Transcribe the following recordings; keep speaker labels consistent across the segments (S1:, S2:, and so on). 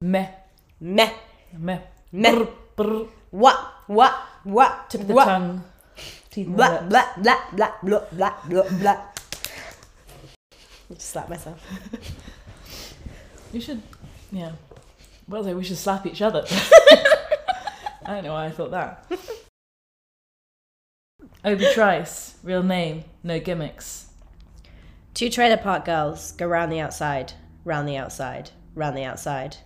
S1: Meh.
S2: Meh.
S1: Meh.
S2: Meh.
S1: Brr, brr.
S2: What? What? What?
S1: Tip of the
S2: what?
S1: tongue. Teeth. and all
S2: Blah,
S1: that.
S2: blah, blah, blah, blah, blah, blah, blah. I just slapped myself.
S1: You should. Yeah. Well, then we should slap each other. I don't know why I thought that. Obi Trice, real name, no gimmicks.
S2: Two trailer park girls go round the outside, round the outside, round the outside.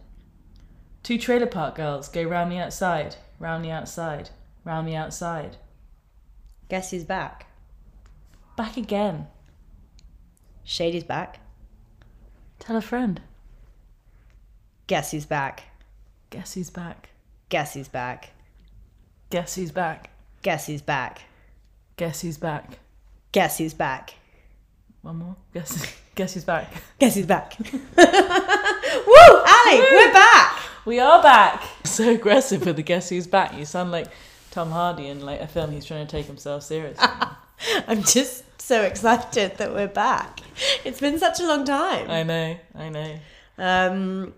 S1: Two trailer park girls go round the outside, round the outside, round the outside.
S2: Guess who's back?
S1: Back again.
S2: Shady's back.
S1: Tell a friend.
S2: Guess who's back?
S1: Guess who's back?
S2: Guess who's back?
S1: Guess who's back?
S2: Guess who's back?
S1: Guess who's back?
S2: Guess who's back?
S1: One more. Guess guess who's back?
S2: Guess who's back? Woo! Ali, we're back!
S1: We are back. So aggressive with the guess who's back. You sound like Tom Hardy in like a film he's trying to take himself seriously.
S2: I'm just so excited that we're back. It's been such a long time.
S1: I know. I know.
S2: Um,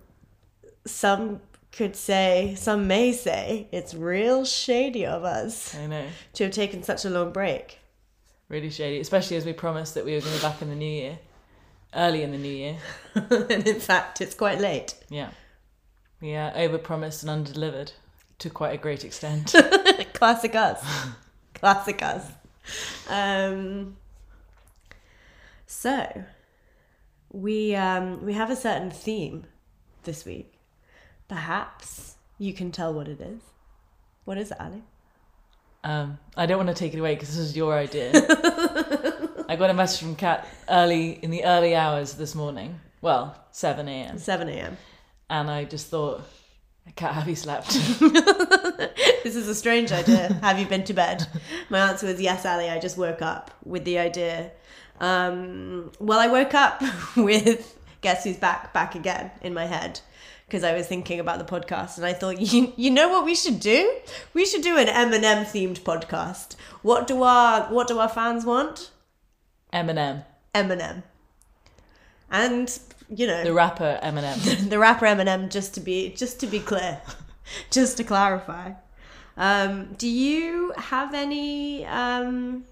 S2: some could say, some may say, it's real shady of us
S1: I know.
S2: to have taken such a long break.
S1: Really shady, especially as we promised that we were going to be back in the new year, early in the new year.
S2: and in fact, it's quite late.
S1: Yeah. We uh, over promised and under delivered to quite a great extent.
S2: Classic us. Classic us. Um, so, we, um, we have a certain theme this week. Perhaps you can tell what it is. What is it, Ali?
S1: Um, I don't want to take it away because this was your idea. I got a message from Kat early in the early hours this morning. Well, seven a.m.
S2: 7 a.m.
S1: And I just thought, Kat, have you slept?
S2: This is a strange idea. Have you been to bed? My answer was yes, Ali. I just woke up with the idea. Um, well, I woke up with guess who's back, back again in my head because I was thinking about the podcast and I thought, you, you know what we should do? We should do an Eminem themed podcast. What do our what do our fans want?
S1: Eminem,
S2: Eminem. And you know
S1: the rapper Eminem.
S2: the rapper Eminem. Just to be just to be clear, just to clarify, um, do you have any? Um,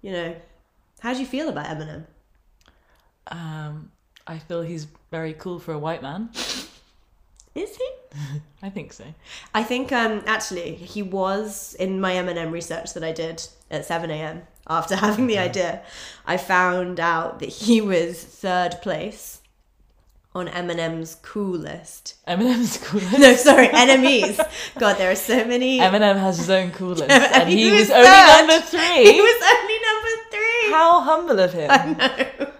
S2: you know, how do you feel about Eminem?
S1: Um, I feel he's very cool for a white man.
S2: Is he?
S1: I think so.
S2: I think um, actually he was in my Eminem research that I did at seven a.m. After having the idea, I found out that he was third place on Eminem's cool list.
S1: Eminem's cool.
S2: No, sorry, enemies. God, there are so many.
S1: Eminem has his own cool list, and he, was,
S2: third.
S1: only number
S2: He
S1: three.
S2: was only number three.
S1: How humble of him.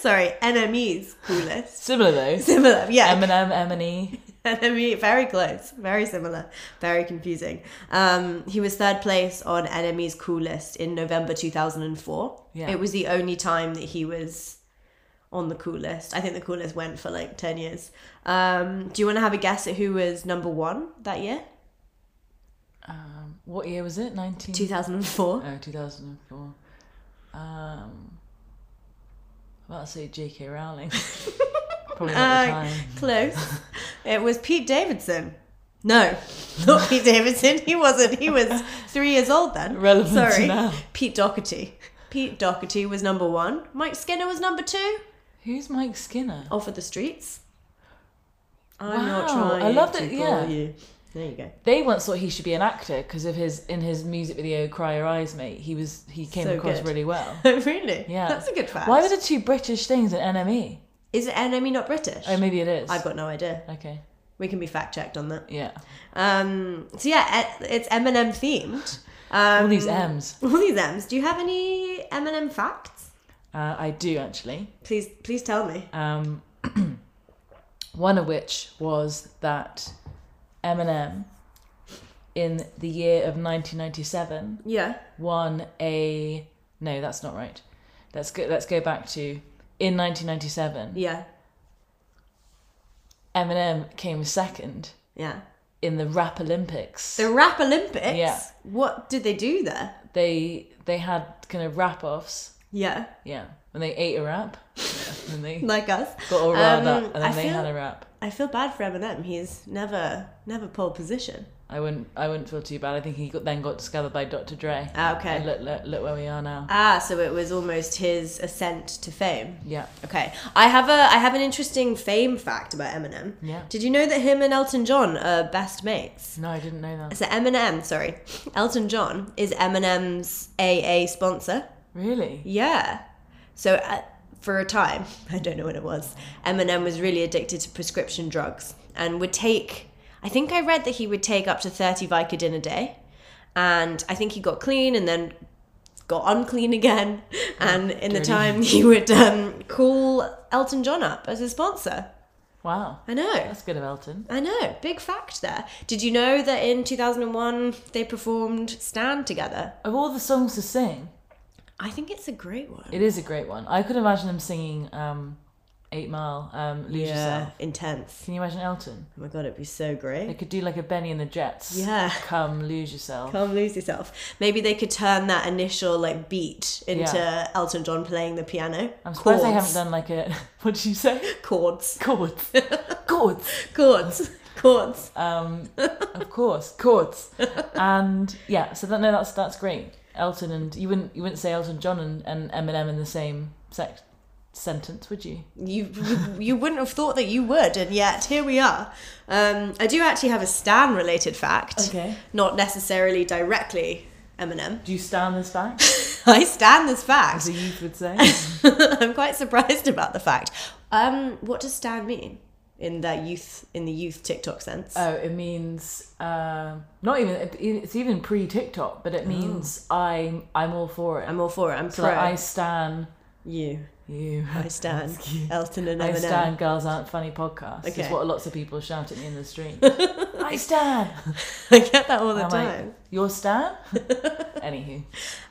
S2: Sorry, enemies coolest.
S1: Similar though.
S2: Similar, yeah.
S1: Eminem, Eminem.
S2: Enemy, very close, very similar, very confusing. Um, he was third place on Enemies Coolest in November 2004.
S1: Yeah.
S2: It was the only time that he was on the coolest. I think the coolest went for like 10 years. Um, do you want to have a guess at who was number one that year?
S1: Um, what year was it? 19.
S2: 2004.
S1: Oh, 2004. Um, I'm Um, about to say J.K. Rowling. Probably not the
S2: Uh,
S1: time.
S2: close. it was Pete Davidson. No, not Pete Davidson. He wasn't. He was three years old then.
S1: Relevant to
S2: Sorry.
S1: now.
S2: Pete Doherty. Pete Doherty was number one. Mike Skinner was number two.
S1: Who's Mike Skinner?
S2: Off of the streets. I'm not
S1: Wow, I
S2: trying
S1: love
S2: to
S1: that-
S2: bore
S1: yeah.
S2: you. There you go.
S1: They once thought he should be an actor because of his in his music video "Cry Your Eyes, Mate." He was he came
S2: So
S1: across
S2: good.
S1: really well.
S2: really?
S1: Yeah,
S2: That's a good fact.
S1: Why were the two British things in NME?
S2: Is it enemy not British?
S1: Oh, maybe it is.
S2: I've got no idea.
S1: okay.
S2: We can be fact checked on that.
S1: Yeah.
S2: Um, so yeah, e- it's Eminem themed.
S1: All
S2: Um,
S1: these M's.
S2: All these M's. Do you have any Eminem facts?
S1: Uh, I do actually.
S2: Please, please tell me.
S1: Um, one of which was that Eminem, in the year of 1997,
S2: Yeah.
S1: won a. No, that's not right. Let's go. Let's go back to in 1997.
S2: Yeah.
S1: Eminem came second
S2: Yeah.
S1: in the Rap Olympics.
S2: The Rap Olympics.
S1: Yeah.
S2: What did they do there?
S1: They they had kind of rap offs.
S2: Yeah.
S1: Yeah, when they ate a rap. and they
S2: like us.
S1: got all riled up,
S2: Um,
S1: and then
S2: I
S1: they
S2: feel-
S1: had a rap.
S2: I feel bad for Eminem. He's never never pole position.
S1: I wouldn't. I wouldn't feel too bad. I think he got, then got discovered by Dr. Dre.
S2: Ah, okay.
S1: And Look, look, look where we are now.
S2: Ah, so it was almost his ascent to fame.
S1: Yeah.
S2: Okay, I have a I have an interesting fame fact about Eminem.
S1: Yeah.
S2: Did you know that him and Elton John are best mates?
S1: No, I didn't know that.
S2: So Eminem, sorry, Elton John is Eminem's AA sponsor.
S1: Really?
S2: Yeah. So uh, for a time, I don't know when it was, Eminem was really addicted to prescription drugs and would take, I think I read that he would take up to 30 Vicodin a day. And I think he got clean and then got unclean again. And in the
S1: Dirty.
S2: time, he would um, call Elton John up as a sponsor.
S1: Wow.
S2: I know.
S1: That's good of Elton.
S2: I know. Big fact there. Did you know that in 2001 they performed Stand together?
S1: Of all the songs to sing,
S2: I think it's a great one.
S1: it is a great one. I could imagine him singing um, Eight Mile, um, Lose Yourself.
S2: uh, Intense.
S1: Can you imagine Elton?
S2: Oh my god, it'd be so
S1: They
S2: great.
S1: could do like a Benny and the Jets.
S2: Yeah.
S1: Come lose yourself.
S2: Can't lose yourself. Maybe they could turn that initial like beat into
S1: Yeah.
S2: Elton John playing the piano.
S1: I'm surprised they haven't done like a what did you say?
S2: chords.
S1: Chords. Chords.
S2: Chords. Chords.
S1: Um, of course, chords. And yeah, so that, no, that's that's great. Elton and you wouldn't you wouldn't say Elton John and, and Eminem in the same sec- sentence, would you?
S2: You, you you wouldn't have thought that you would, and yet here we are. Um, I do actually have a Stan related fact.
S1: Okay.
S2: Not necessarily directly Eminem.
S1: Do you stand this back?
S2: I stand this fact.
S1: As the youth would say.
S2: I'm quite surprised about the fact. Um, what does Stan mean in that youth in the youth TikTok sense?
S1: Oh, it means um not even. it- It's even pre TikTok, but it means I'm I'm all for it.
S2: Oh. I'm all for it. I'm
S1: so
S2: pro
S1: like, I stand
S2: you.
S1: you.
S2: I stand Elton and
S1: I
S2: Eminem.
S1: stand girls aren't funny podcast. It's
S2: Okay.
S1: what lots of people shout at me in the street. I stand.
S2: I get that all the
S1: I'm like,
S2: time.
S1: your stand? Anywho,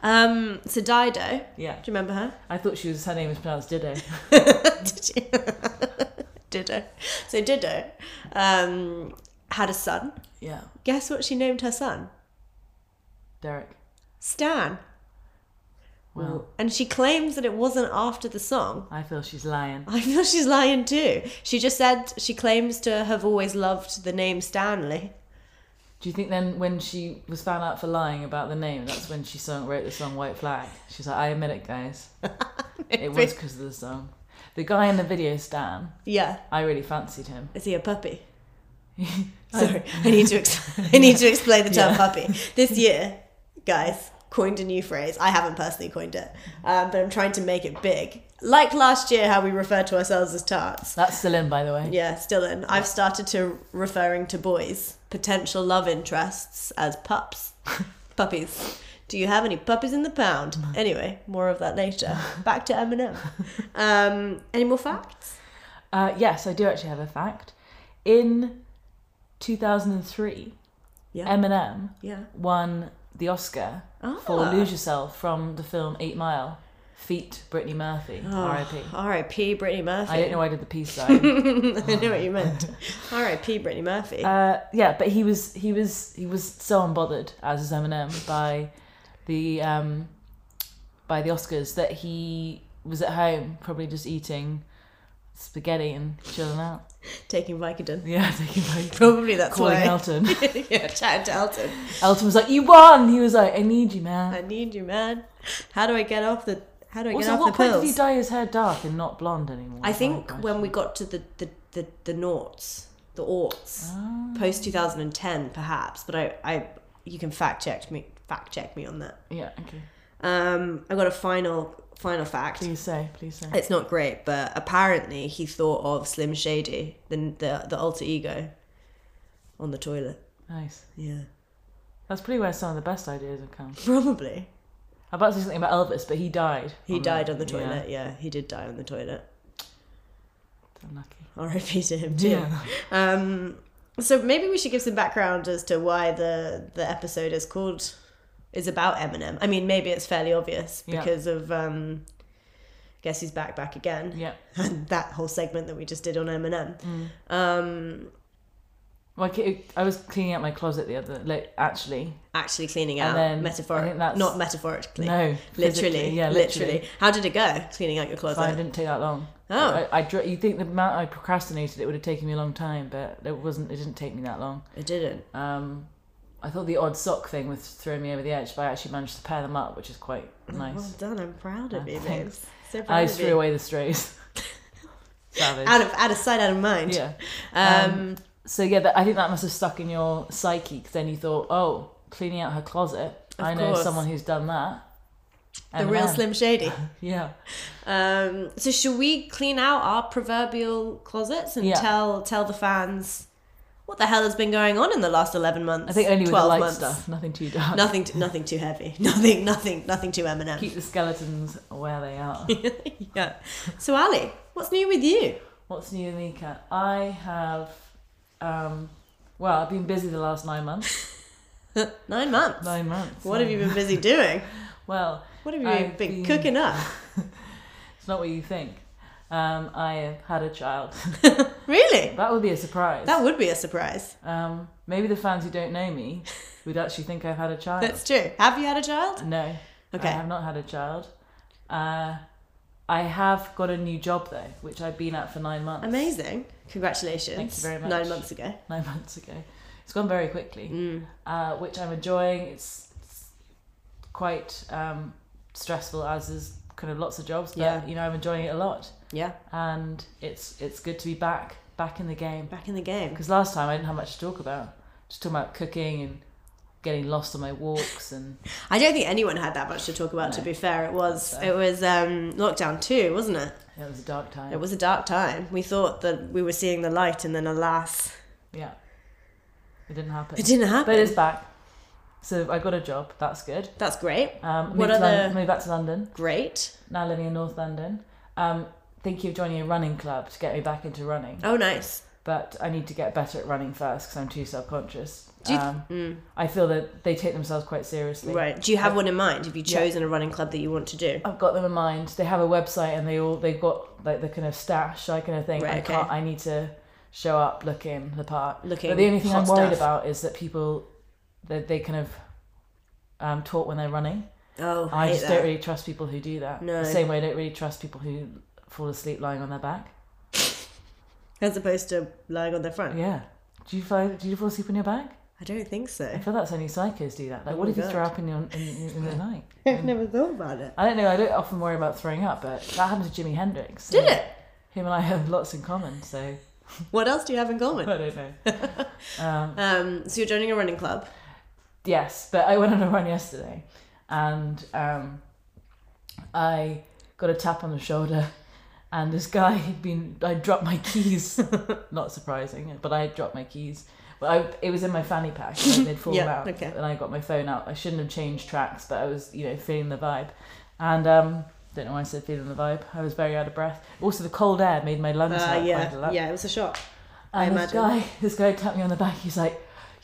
S2: Um, so Dido, do
S1: yeah.
S2: you remember her?
S1: I thought she was her name was pronounced Dido.
S2: Did you? Dido. So Dido um, had a son.
S1: Yeah,
S2: Guess what she named her son?
S1: Derek.
S2: Stan.
S1: Well,
S2: And she claims that it wasn't after the song.
S1: I feel she's lying.
S2: I feel she's lying too. She just said she claims to have always loved the name Stanley.
S1: Do you think then when she was found out for lying about the name, that's when she sung, wrote the song White Flag? She's like, I admit it, guys. it was because of the song. The guy in the video, Stan,
S2: Yeah.
S1: I really fancied him.
S2: Is he a puppy? Sorry, I need to ex- I need to explain the term
S1: Yeah.
S2: puppy. This year, guys, coined a new phrase. I haven't personally coined it, um, but I'm trying to make it big. Like last year, how we referred to ourselves as tarts.
S1: That's still in, by the way.
S2: Yeah, still in. I've started to referring to boys, potential love interests, as pups, puppies. Do you have any puppies in the pound? Anyway, more of that later. Back to Eminem. Um, any more facts?
S1: Uh, yes, I do actually have a fact. In 2003,
S2: Yeah.
S1: Eminem
S2: Yeah.
S1: won the Oscar for
S2: Ah.
S1: Lose Yourself from the film Eight Mile, feat Brittany Murphy,
S2: Ah,
S1: R.I.P.
S2: Oh, R.I.P. Brittany Murphy.
S1: I don't know why I did the peace sign.
S2: I knew what you meant. R.I.P. Brittany Murphy.
S1: uh, yeah, but he was he was he was so unbothered as is Eminem by the um, by the Oscars that he was at home probably just eating spaghetti and chilling out.
S2: Taking Vicodin.
S1: Yeah, taking like
S2: Probably that's
S1: calling
S2: why.
S1: Elton.
S2: yeah, chatting to Elton.
S1: Elton was like, "You won." He was like, "I need you, man."
S2: I need you, man. How do I get off the? How do I
S1: Also,
S2: get
S1: what
S2: off the
S1: point
S2: pills?
S1: did he dye his hair dark and not blonde anymore?
S2: I think
S1: Oh, gosh.
S2: when we got to the the the, the noughts, the aughts,
S1: Ah.
S2: post two thousand and ten, perhaps. But I, I, you can fact check me. Fact check me on that.
S1: yeah, okay.
S2: Um, I got a final final fact.
S1: Please say, please say.
S2: It's not great, but apparently he thought of Slim Shady, the the, the alter ego, on the toilet.
S1: Nice.
S2: Yeah,
S1: That's probably where some of the best ideas have come.
S2: probably.
S1: I'm about to say something about Elvis, but he died.
S2: He died on the
S1: yeah,
S2: toilet. Yeah. he did die on the toilet.
S1: unlucky.
S2: R.I.P. to him too. Um, so maybe we should give some background as to why the the episode is called is about Eminem. I mean, maybe it's fairly obvious
S1: Yeah.
S2: because of um, guess who's back back again
S1: Yeah. Mm.
S2: and that whole segment that we just did on Eminem. Um,
S1: Like it, I was cleaning out my closet the other, like actually,
S2: Actually cleaning
S1: And
S2: out
S1: then, I
S2: metaphorically.
S1: think that's-
S2: Not metaphorically.
S1: no,
S2: Literally.
S1: physically, yeah, literally.
S2: How did it go? Cleaning out your
S1: So I
S2: closet.
S1: didn't take that long.
S2: Oh.
S1: I, I dr- you think the amount I procrastinated, it would have taken me a long time, but it wasn't. It didn't take me that long.
S2: It didn't.
S1: Um, I thought the odd sock thing was throwing me over the edge, but I actually managed to pair them up, which is quite
S2: Well
S1: nice.
S2: done. I'm proud of
S1: Yeah,
S2: you, babe.
S1: Ah, thanks.
S2: So proud
S1: I
S2: of
S1: threw
S2: you.
S1: away the strays. Savage.
S2: Out of out of sight, out of mind.
S1: yeah.
S2: Um,
S1: So yeah, that, I think that must have stuck in your psyche because then you thought, oh, cleaning out her closet.
S2: Of
S1: I know
S2: course.
S1: someone who's done that.
S2: the real
S1: M&M.
S2: Slim Shady.
S1: Yeah.
S2: Um, so should we clean out our proverbial closets and
S1: Yeah.
S2: tell tell the fans what the hell has been going on in the last eleven months?
S1: I think only with the
S2: 12
S1: light
S2: months.
S1: stuff, nothing too dark.
S2: Nothing, t- nothing too heavy. Nothing, nothing, nothing too Eminem.
S1: Keep the skeletons where they are.
S2: yeah. So Ali, what's new with you?
S1: What's new, Mika? I have, um, well, I've been busy the last nine months.
S2: Nine months.
S1: Nine months.
S2: What have you been busy doing?
S1: Well,
S2: What have you
S1: I've been-
S2: been, cooking up?
S1: it's not what you think. Um, I have had a child.
S2: Really?
S1: that would be a surprise.
S2: That would be a surprise.
S1: um, maybe the fans who don't know me would actually think I've had a child.
S2: That's true. Have you had a child?
S1: No.
S2: Okay.
S1: I have not had a child. Uh, I have got a new job though, which I've been at for nine months.
S2: Amazing. Congratulations.
S1: Thank you very much.
S2: Nine months ago. Mm.
S1: Nine months ago. It's gone very quickly, uh, which I'm enjoying. It's, it's quite um, stressful, as is kind of lots of jobs, but
S2: Yeah.
S1: you know I'm enjoying it a lot,
S2: Yeah.
S1: and it's it's good to be back back in the game.
S2: Back in the game.
S1: Because last time I didn't have much to talk about. Just talking about cooking and getting lost on my walks and
S2: I don't think anyone had that much to talk about. To
S1: No.
S2: be fair, it was
S1: So-
S2: it was um, lockdown two, wasn't it?
S1: it was a dark time.
S2: It was a dark time. We thought that we were seeing the light, and then alas,
S1: Yeah. It didn't happen.
S2: it didn't happen.
S1: But it's back. So I got a job. That's good.
S2: That's great,
S1: Um,
S2: What
S1: moved, to
S2: are
S1: Lon-
S2: the-
S1: moved back to London.
S2: great.
S1: Now living in North London. Um, thinking of joining a running club to get me back into running.
S2: Oh, nice.
S1: But I need to get better at running first because I'm too subconscious.
S2: Do you-
S1: um, I feel that they take themselves quite seriously.
S2: Mm. Right. Do you have one in mind? Have you
S1: Yeah.
S2: chosen a running club that you want to do?
S1: I've got them in mind. They have a website and they all they've got like the kind of stash. I kind of think
S2: Right,
S1: I
S2: okay.
S1: can't. I need to show up looking the part.
S2: Looking
S1: But the only thing
S2: hot
S1: I'm worried
S2: stuff.
S1: about is that people that they kind of um, talk when they're running.
S2: Oh, I,
S1: I
S2: hate
S1: just
S2: that.
S1: don't really trust people who do that.
S2: No.
S1: The same way I don't really trust people who fall asleep lying on their back.
S2: As opposed to lying on their front.
S1: Yeah. Do you find? Do you fall asleep on your back?
S2: I don't think
S1: I
S2: so.
S1: feel that's only psychos do that. Like,
S2: Oh
S1: what
S2: my
S1: if you throw
S2: God.
S1: up in your in, in the night?
S2: I've never thought about it.
S1: I don't know. I don't often worry about throwing up, but that happened to Jimi Hendrix.
S2: Did it?
S1: Him and I have lots in common, so
S2: What else do you have in common?
S1: I don't know. um,
S2: Um, so you're joining a running club.
S1: yes, but I went on a run yesterday, and um, I got a tap on the shoulder, and this guy had been. I dropped my keys. Not surprising, but I had dropped my keys. Well, I, it was in my fanny pack. Like they'd fallen
S2: Yeah,
S1: out,
S2: okay.
S1: and I got my phone out. I shouldn't have changed tracks, but I was, you know, feeling the vibe, and um, don't know why I said feeling the vibe. I was very out of breath. Also, the cold air made my lungs hurt
S2: Uh,
S1: quite a
S2: yeah.
S1: lot.
S2: Yeah, it was a shock. I
S1: And this guy, this guy tapped me on the back. He's like,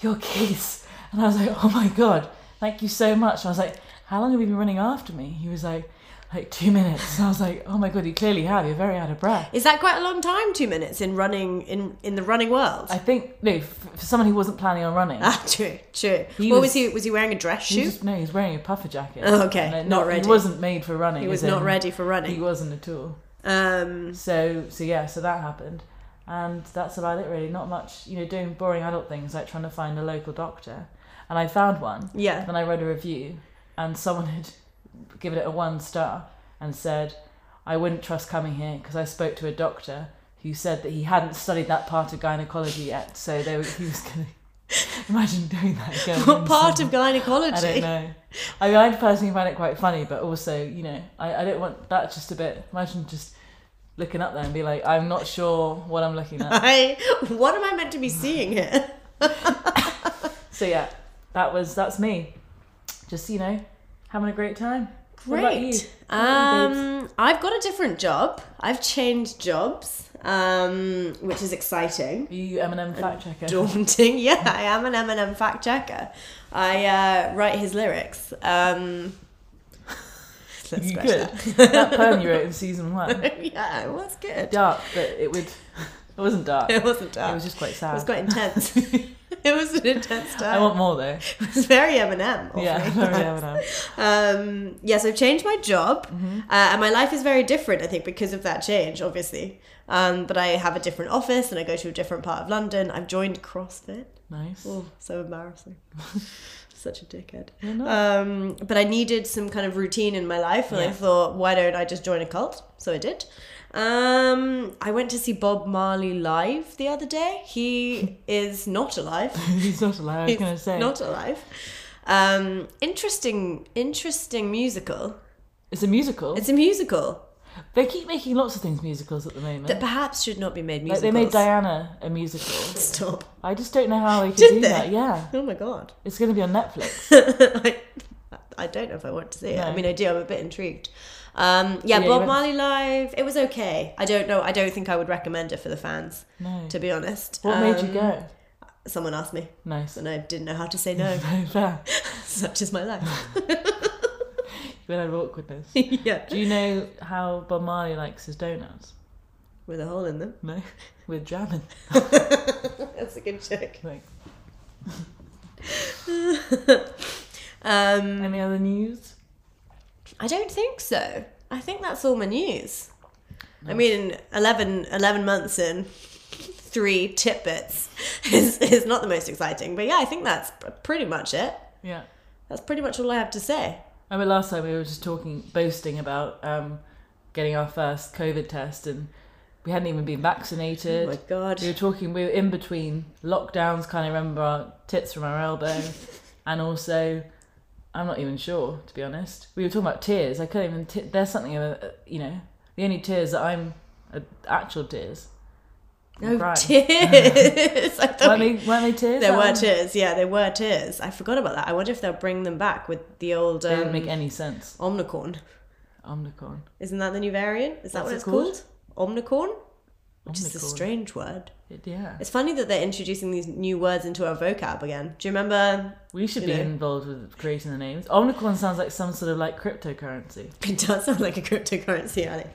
S1: "Your keys," and I was like, "Oh my god, thank you so much." And I was like, "How long have you been running after me?" He was like, "Like two minutes." And I was like, "Oh my god, you clearly have. You're very out of breath."
S2: Is that quite a long time? Two minutes in running in in the running world.
S1: I think no, f- for someone who wasn't planning on running,
S2: Ah, true, true.
S1: He
S2: what was,
S1: was-
S2: he? Was he wearing a dress
S1: he
S2: shoe?
S1: just, no, he's wearing a puffer jacket.
S2: Oh, okay,
S1: Like,
S2: not ready.
S1: He wasn't made for running.
S2: He
S1: as
S2: was not
S1: in,
S2: ready for
S1: He
S2: running.
S1: wasn't at all.
S2: Um,
S1: So so yeah, so that happened. And that's about it really. Not much, you know, doing boring adult things like trying to find a local doctor. And I found one.
S2: yeah.
S1: Then I read a review, and someone had given it a one star and said, I wouldn't trust coming here because I spoke to a doctor who said that he hadn't studied that part of gynecology yet, so they were, he was going to imagine doing that again.
S2: What part of gynecology?
S1: I don't know. I mean, I personally find it quite funny, but also, you know, I, I don't want that's just a bit. Imagine just looking up there and be like, I'm not sure what I'm looking at.
S2: I, what am I meant to be seeing here?
S1: so yeah, that was that's me. Just you know, having a great time. What about you?
S2: Great.
S1: What about you, babes?
S2: Um, I've got a different job. I've changed jobs, um, which is exciting.
S1: Are you Eminem fact checker?
S2: daunting. Yeah, I am an Eminem fact checker. I uh, write his lyrics. Um, let's
S1: You
S2: scratch
S1: good. that poem you wrote in season one.
S2: that. yeah, it was good.
S1: Dark, but it would It wasn't dark. It
S2: It wasn't dark. It
S1: was
S2: was,
S1: just quite sad.
S2: quite intense. it was an intense time.
S1: I want more though.
S2: it was very Eminem. awfully.
S1: Yeah, very Eminem.
S2: Um, yes, I've changed my job,
S1: Mm-hmm.
S2: uh, and my life is very different. I think because of that change, obviously. Um, but I have a different office, and I go to a different part of London. I've joined CrossFit.
S1: Nice.
S2: Oh, so embarrassing. Such a dickhead.
S1: You're not.
S2: Um, but I needed some kind of routine in my life, and I
S1: Yeah.
S2: thought, why don't I just join a cult? So I did. Um, I went to see Bob Marley live the other day. He is not alive.
S1: He's not allowed. I was
S2: He's
S1: gonna say.
S2: not alive. Um, interesting, interesting musical.
S1: It's a musical.
S2: It's a musical
S1: They keep making lots of things musicals at the moment.
S2: that perhaps should not be made
S1: like
S2: musicals.
S1: they made Diana a musical.
S2: Stop.
S1: I just don't know how they could
S2: Did
S1: do
S2: they?
S1: that. Yeah,
S2: Oh my god.
S1: it's going to be on Netflix.
S2: I, I don't know if I want to see it. I
S1: No.
S2: mean, I do. I'm a bit intrigued. Um, yeah,
S1: Yeah, you
S2: Bob
S1: went-
S2: Marley live. It was okay. I don't know. I don't think I would recommend it for the fans,
S1: No.
S2: to be honest.
S1: What made you
S2: Um,
S1: go?
S2: Someone asked me,
S1: Nice.
S2: and I didn't know how to say no.
S1: Very fair.
S2: Such is my life.
S1: You had awkwardness.
S2: yeah,
S1: Do you know how Bob Marley likes his donuts?
S2: with a hole in them.
S1: No, with jam. in.
S2: That's a good joke.
S1: Like,
S2: Um,
S1: any other news?
S2: I don't think so. I think that's all my news. I mean, 11, 11 months in, three tidbits is, is not the most exciting. But yeah, I think that's p- pretty much it.
S1: Yeah.
S2: That's pretty much all I have to say.
S1: I mean, last time we were just talking, boasting about um, getting our first COVID test, and we hadn't even been
S2: Oh
S1: vaccinated.
S2: my God.
S1: We were talking. We were in between lockdowns. Kind of remember our tits from our elbow, and also, I'm not even sure to be honest. We were talking about tears. I couldn't even. T- there's something of a, uh, you know, the only tears that I'm uh, actual tears. I'm
S2: Oh,
S1: crying.
S2: tears. I thought
S1: Weren't they, weren't they tears?
S2: there were
S1: Alan?
S2: tears. Yeah, there were tears. I forgot about that. I wonder if they'll bring them back with the old
S1: They didn't make
S2: um,
S1: any sense.
S2: Omnicorn.
S1: Omnicorn.
S2: Isn't that the new variant? Is that
S1: What's
S2: what
S1: it
S2: it's called? Omnicorn? Which is a
S1: Omnicorn.
S2: strange word.
S1: It- yeah.
S2: It's funny that they're introducing these new words into our vocab again. Do you remember?
S1: We should
S2: you
S1: be
S2: know.
S1: involved with creating the names. Omnicorn sounds like some sort of like cryptocurrency.
S2: It does sound like a cryptocurrency, Ali.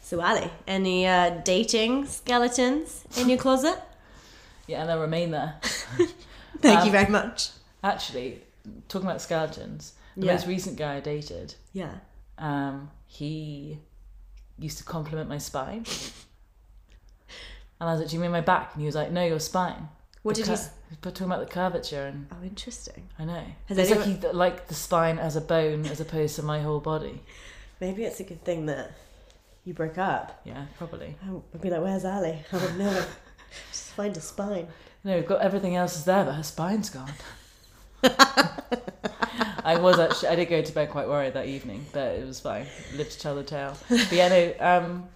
S2: So, Ali, any uh, dating skeletons in your closet?
S1: Yeah, and they'll remain there.
S2: Thank
S1: Um,
S2: you very much.
S1: Actually, talking about skeletons, the
S2: Yeah.
S1: most recent guy I dated,
S2: Yeah.
S1: um, he used to compliment my spine. And I was like, Do you mean my back? And he was like, No, your spine.
S2: What
S1: The
S2: did you?
S1: cur-
S2: s-
S1: But talking about the curvature, and
S2: Oh, interesting.
S1: I know.
S2: Has
S1: it's
S2: anyone-
S1: like he like the spine as a bone as opposed to my whole body.
S2: Maybe it's a good thing that you broke up.
S1: Yeah, probably.
S2: I would be like, "Where's Ali? I would know. Just find a spine."
S1: No, we've got everything else is there, but her spine's gone. I was actually, I did go to bed quite worried that evening, but it was fine. Lived to tell the tale. But yeah, no, um,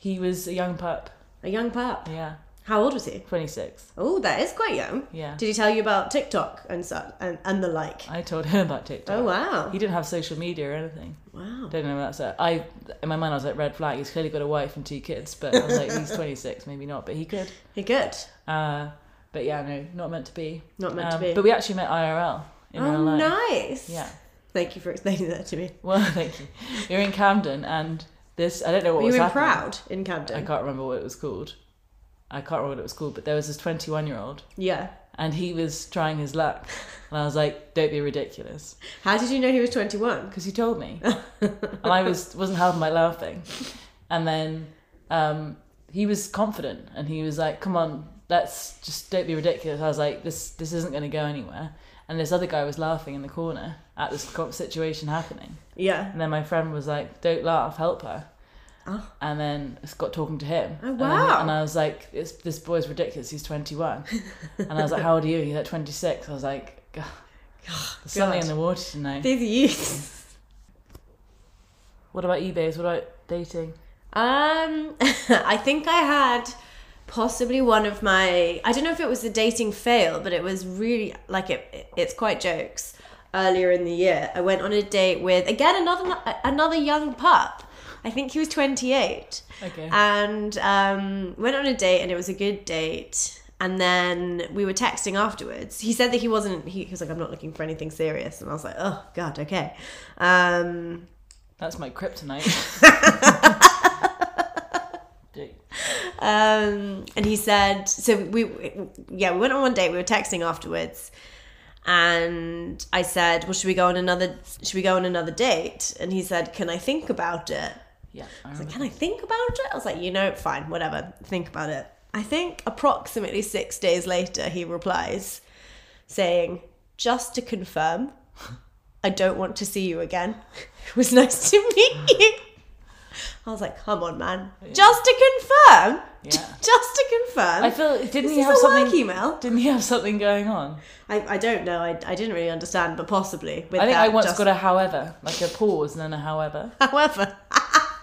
S1: he was a young pup.
S2: A young pup.
S1: Yeah,
S2: How old was he?
S1: 26.
S2: Oh, that is quite young.
S1: Yeah.
S2: Did he tell you about TikTok and such and, and the like?
S1: I told him about TikTok.
S2: Oh wow!
S1: He didn't have social media or anything.
S2: Wow.
S1: Don't know if that's it. I, in my mind, I was like, red flag. He's clearly got a wife and two kids, but I was like, he's 26, maybe not, but he could.
S2: You're good.
S1: Uh, but yeah, no, not meant to be.
S2: Not meant to
S1: Um,
S2: be.
S1: But we actually met IRL in real
S2: Oh,
S1: life.
S2: nice.
S1: Yeah.
S2: Thank you for explaining that to me.
S1: Well, thank you. We were in Camden, and this I don't know what
S2: Were you
S1: was
S2: in
S1: happening.
S2: Proud in
S1: I
S2: Camden?
S1: can't remember what it was called. I can't remember what it was called, but there was this twenty-one-year-old,
S2: Yeah.
S1: and he was trying his luck, and I was like, "Don't be ridiculous,"
S2: How did you know he was 21?
S1: because he told me, and I was wasn't half my laughing, and then um, he was confident, and he was like, "Come on, let's just don't be ridiculous." I was like, "This this isn't going to go anywhere," and this other guy was laughing in the corner at this co- situation happening.
S2: Yeah.
S1: And then my friend was like, "Don't laugh, help her."
S2: Oh.
S1: And then it's got talking to him.
S2: Oh,
S1: And then-
S2: wow.
S1: And I was like, it's, "This boy's ridiculous. He's 21." and I was like, "How old are you?" And he's like, "26." I was like, "God, "There's something
S2: God.
S1: in the water tonight."
S2: These youths.
S1: What about eBays? What about dating?
S2: Um, I think I had possibly one of my. I don't know if it was the dating fail, but it was really like it. it- It's quite jokes. Earlier in the year, I went on a date with again another another young pup. I think he was 28.
S1: Okay.
S2: Uh, and um, went on a date and it was a good date and then we were texting afterwards he said that he wasn't he, he was like i'm not looking for anything serious and i was like oh god okay um,
S1: That's my kryptonite.
S2: Um, and he said, so we, yeah, we went on one date. We were texting afterwards, and I said, well, should we go on another? Should we go on another date? And he said, can I think about it?
S1: Yeah. I
S2: I was
S1: remember.
S2: like, can I think about it? I was like, you know, fine, whatever, think about it. I think approximately six days later, he replies, saying, just to confirm, I don't want to see you again. It was nice to meet you. I was like, come on, man. Just to confirm.
S1: Yeah.
S2: Just to confirm.
S1: I feel didn't
S2: this
S1: he
S2: is
S1: have
S2: a
S1: something?
S2: work email.
S1: Didn't he have something going on?
S2: I, I don't know. I, I didn't really understand, but possibly. With
S1: I think
S2: that,
S1: I once
S2: just-
S1: got a however, like a pause and then a however.
S2: However,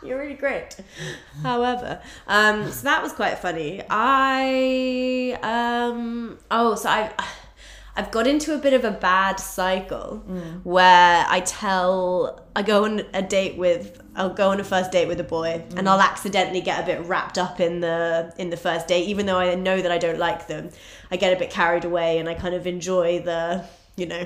S2: you're really great. However, um, so that was quite funny. I um, oh, so I. I've got into a bit of a bad cycle where I tell I go on a date with I'll go on a first date with a boy and I'll accidentally get a bit wrapped up in the in the first date even though I know that I don't like them. I get a bit carried away and I kind of enjoy the, you know,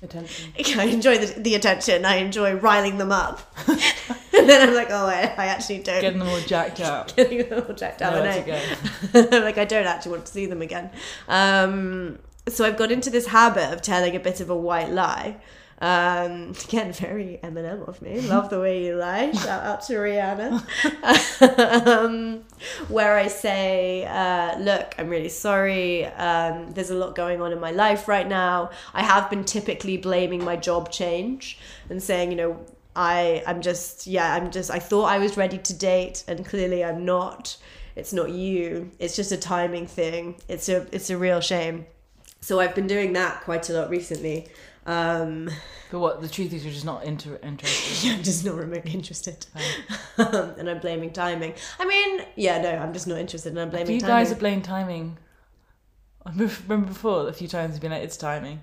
S1: Attention.
S2: I enjoy the, the attention. I enjoy riling them up. and then I'm like, oh, I, I actually don't.
S1: Getting them all jacked up.
S2: Getting them all checked out.
S1: Nowhere
S2: I
S1: to go.
S2: know. like, I don't actually want to see them again. Um, so I've got into this habit of telling a bit of a white lie. Um, again, very Eminem of me. Love the way you lie. Shout out to Rihanna. um, where I say, uh, look, I'm really sorry. Um, there's a lot going on in my life right now. I have been typically blaming my job change and saying, you know, I, I'm just, yeah, I'm just, I thought I was ready to date and clearly I'm not. It's not you. It's just a timing thing. It's a, it's a real shame. So I've been doing that quite a lot recently. Um,
S1: But what the truth is, you're just not inter- interested.
S2: yeah, I'm just not remotely interested. Um, and I'm blaming timing. I mean, yeah, no, I'm just not interested and I'm blaming
S1: Do you
S2: timing.
S1: guys are blaming timing? I remember before a few times you've been like, it's timing,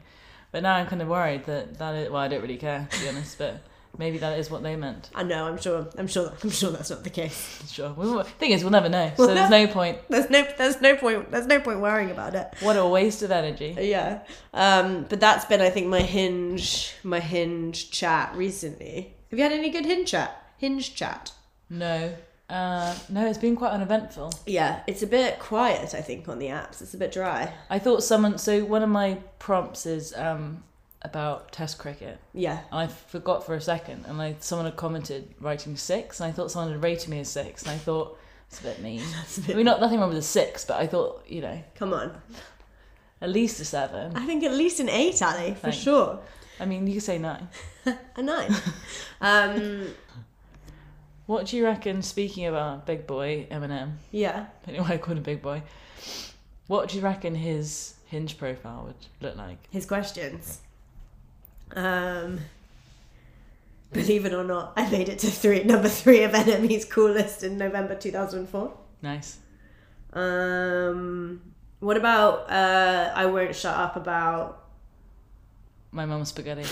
S1: but now I'm kind of worried that that is. Well, I don't really care to be honest, but maybe that is what they meant.
S2: I know. I'm sure. I'm sure. I'm sure that's not the case.
S1: Sure. We, won't- thing is, we'll never know, so
S2: We'll
S1: there's no point.
S2: There's no. There's no point. There's no point worrying about it.
S1: What a waste of energy.
S2: Yeah. Um. But that's been, I think, my hinge, my hinge chat recently. Have you had any good hinge chat? Hinge chat.
S1: No. Uh, no, it's been quite uneventful.
S2: Yeah. It's a bit quiet. I think on the apps. It's a bit dry.
S1: I thought someone. So one of my prompts is um, about Test cricket,
S2: Yeah.
S1: and I forgot for a second, and I someone had commented writing six, and I thought someone had rated me a six, and I thought it's a bit mean.
S2: That's a
S1: I
S2: bit.
S1: mean, not nothing wrong with a six, but I thought you know
S2: Come on.
S1: at least a seven.
S2: I think at least an eight, Ali, for
S1: Thanks.
S2: sure.
S1: I mean, you could say nine.
S2: A nine. um.
S1: What do you reckon? Speaking about big boy Eminem,
S2: Yeah.
S1: I don't know why I called him big boy. What do you reckon his hinge profile would look like?
S2: his questions. Um, believe it or not, I made it to three, number three of Enemies Coolest in November 2004.
S1: Nice.
S2: Um, what about uh, I Won't Shut Up About?
S1: My mum's spaghetti.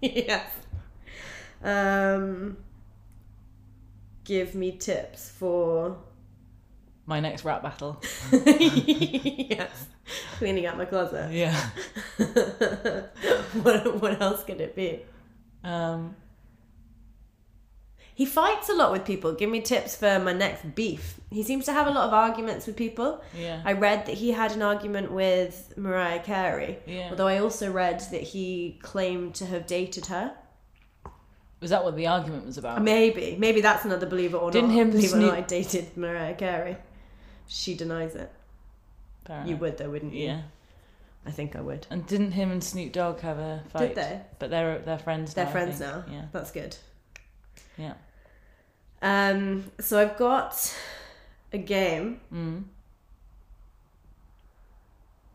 S2: yes. Um, give me tips for.
S1: My next rap battle.
S2: yes. Cleaning out my closet.
S1: Yeah.
S2: what, what else could it be?
S1: Um,
S2: He fights a lot with people. Give me tips for my next beef. He seems to have a lot of arguments with people.
S1: yeah.
S2: I read that he had an argument with Mariah Carey.
S1: Yeah.
S2: Although I also read that he claimed to have dated her.
S1: Was that what the argument was about?
S2: Maybe. Maybe that's another believe it or
S1: Didn't
S2: not.
S1: him
S2: believe it or
S1: Snoop-
S2: not, I dated Mariah Carey. She denies it.
S1: Apparently.
S2: You would though, wouldn't you?
S1: Yeah.
S2: I think I would.
S1: And didn't him and Snoop Dogg have a fight?
S2: Did they?
S1: But they're they're friends.
S2: They're
S1: now, I
S2: friends
S1: think.
S2: now.
S1: Yeah.
S2: That's good.
S1: Yeah.
S2: Um, so I've got a game.
S1: Mm.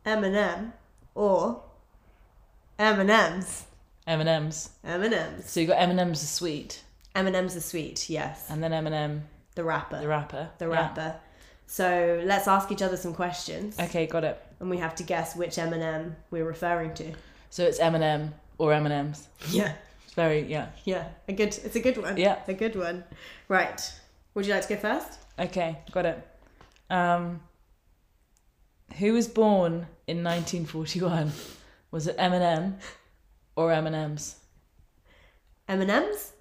S2: M&M or M&M's.
S1: M and M's.
S2: M&M's.
S1: So you got M and M's the sweet,
S2: M&M's are sweet, yes.
S1: and then M and M
S2: The rapper.
S1: the rapper.
S2: The
S1: Yeah.
S2: rapper. So let's ask each other some questions
S1: Okay, got it.
S2: and we have to guess which M&M we're referring to.
S1: So it's M and M or M and M's.
S2: Yeah.
S1: It's very yeah.
S2: Yeah. A good it's a good one.
S1: Yeah.
S2: A good one. Right. Would you like to go first?
S1: Okay, got it. Um, who was born in 1941? Was it Eminem or M and M's?
S2: M&M's?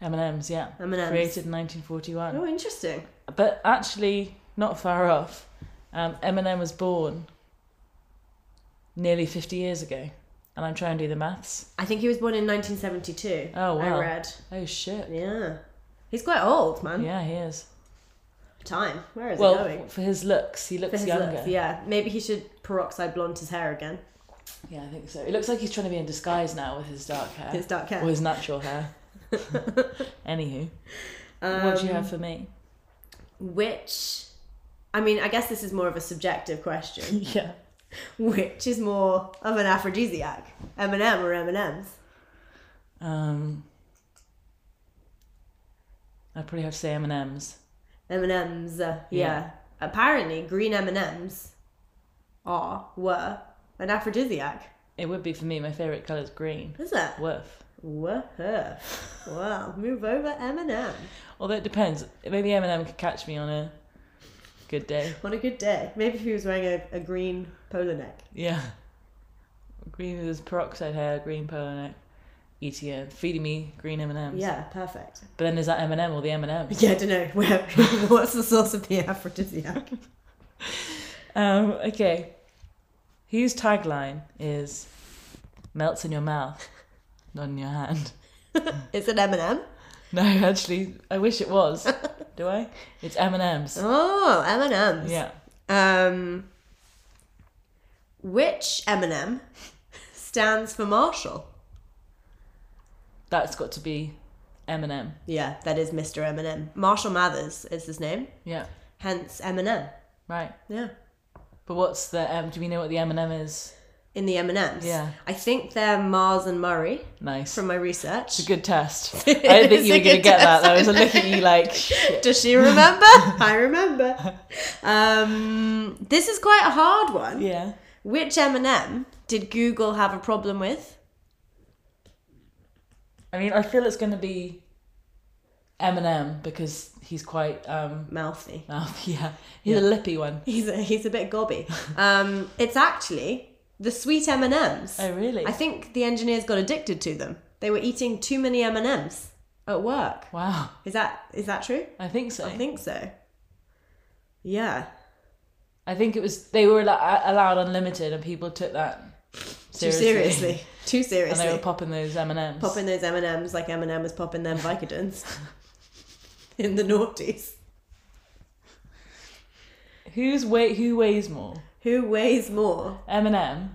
S1: M and M's, yeah.
S2: M&M's.
S1: Created in 1941.
S2: Oh, interesting.
S1: But actually, not far off, um, Eminem was born nearly 50 years ago. And I'm trying to do the maths.
S2: I think he was born in 1972.
S1: Oh, wow.
S2: I read.
S1: Oh, shit.
S2: Yeah. He's quite old, man.
S1: Yeah, he is.
S2: Time. Where is it
S1: Well,
S2: going?
S1: for his looks, he
S2: For
S1: looks
S2: his
S1: younger.
S2: looks, yeah. Maybe he should peroxide blonde his hair again.
S1: Yeah, I think so. It looks like he's trying to be in disguise now with his dark hair.
S2: His dark hair.
S1: Or his natural hair. Anywho, what do you
S2: Um,
S1: have for me?
S2: Which, I mean, I guess this is more of a subjective question.
S1: Yeah.
S2: Which is more of an aphrodisiac, M&M or M&Ms?
S1: Um, I'd probably have to say M&M's.
S2: M&Ms, uh, yeah.
S1: Yeah.
S2: Apparently, green M&Ms are were an aphrodisiac.
S1: It would be for me, my favourite colour is green.
S2: Is it?
S1: Woof.
S2: Woohoo. Wow. Move over M&M.
S1: Although it depends. Maybe Eminem could catch me on a good day.
S2: On a good day. Maybe if he was wearing a, a green polo neck.
S1: Yeah. Green is peroxide hair, green polo neck, ETN, E feeding me green M&Ms.
S2: Yeah, perfect.
S1: But then is that M&M or the M&Ms?
S2: Yeah, I don't know. Where, what's the source of the aphrodisiac?
S1: Um, okay. Whose tagline is melts in your mouth, not in your hand?
S2: It's an M&M.
S1: No, actually, I wish it was. Do I? It's M&M's.
S2: Oh, M&Ms.
S1: Yeah.
S2: Um, which M&M stands for Marshall?
S1: That's got to be M&M. Eminem.
S2: Yeah, that is Mr. Eminem. Marshall Mathers is his name,
S1: Yeah.
S2: hence Eminem.
S1: Right.
S2: Yeah.
S1: But what's the um, do we know what the M is?
S2: In the M&Ms.
S1: Yeah.
S2: I think they're Mars and Murray
S1: Nice.
S2: from my research.
S1: It's a good test. I didn't think
S2: It's
S1: you
S2: a
S1: were going to
S2: good
S1: get that.
S2: test.
S1: I was looking at you like,
S2: Does she remember? I remember. Um, this is quite a hard one.
S1: yeah.
S2: Which M&M did Google have a problem with?
S1: I mean, I feel it's going to be Eminem because he's quite, um,
S2: Mouthy.
S1: oh, yeah, he's a lippy one.
S2: He's a, he's a bit gobby. Um, it's actually the sweet M&Ms.
S1: Oh, really?
S2: I think the engineers got addicted to them. They were eating too many M&Ms at work.
S1: wow.
S2: Is that is that true?
S1: I think so.
S2: I think so. Yeah.
S1: it was, they were allo- allowed unlimited and people took that seriously.
S2: Too seriously. Too
S1: And
S2: seriously.
S1: they were popping those M&Ms.
S2: popping those M and M's like Eminem was popping them Vicodins in the noughties.
S1: Who's weigh, who weighs more?
S2: Who weighs more?
S1: Eminem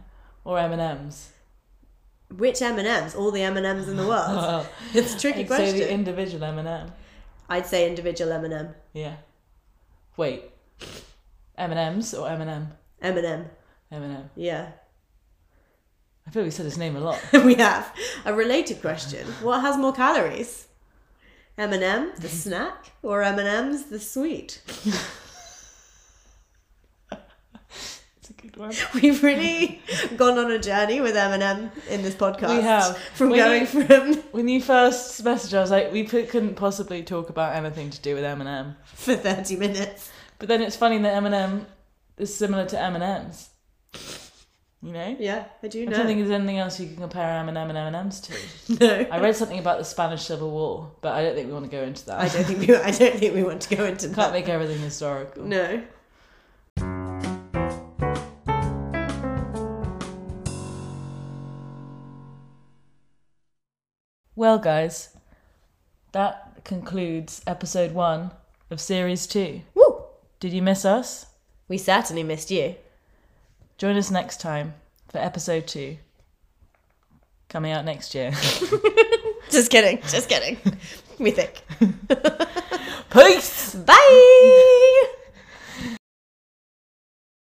S1: or M&Ms?
S2: Which M and M's? All the M and M's in the world.
S1: Well,
S2: It's a tricky
S1: I'd say
S2: question.
S1: the individual M&M.
S2: I'd say individual M and M.
S1: Yeah. Wait. M&Ms or Eminem?
S2: M and M.
S1: Eminem.
S2: Yeah,
S1: I feel we said his name a lot.
S2: we have a related question. What has more calories? M and M, the snack, or M and M's, the sweet?
S1: It's a good one.
S2: We've really gone on a journey with M and M in this podcast.
S1: We have.
S2: from
S1: When
S2: going
S1: you-
S2: from
S1: When you first messaged, I was like, we p- couldn't possibly talk about anything to do with Eminem.
S2: for thirty minutes.
S1: But then it's funny that Eminem is similar to M&M's. You know?
S2: Yeah, I do
S1: I
S2: know.
S1: don't think there's anything else you can compare Eminem and M&M's to.
S2: no.
S1: I read something about the Spanish Civil War, but I don't think we want to go into that.
S2: I don't think we. I don't think we want to go into
S1: Can't
S2: that.
S1: make everything historical.
S2: No.
S1: Well, guys, that concludes episode one of series two.
S2: Woo.
S1: Did you miss us?
S2: We certainly missed you.
S1: Join us next time for episode two, coming out next year.
S2: Just kidding. Just kidding. we think.
S1: Peace!
S2: Bye.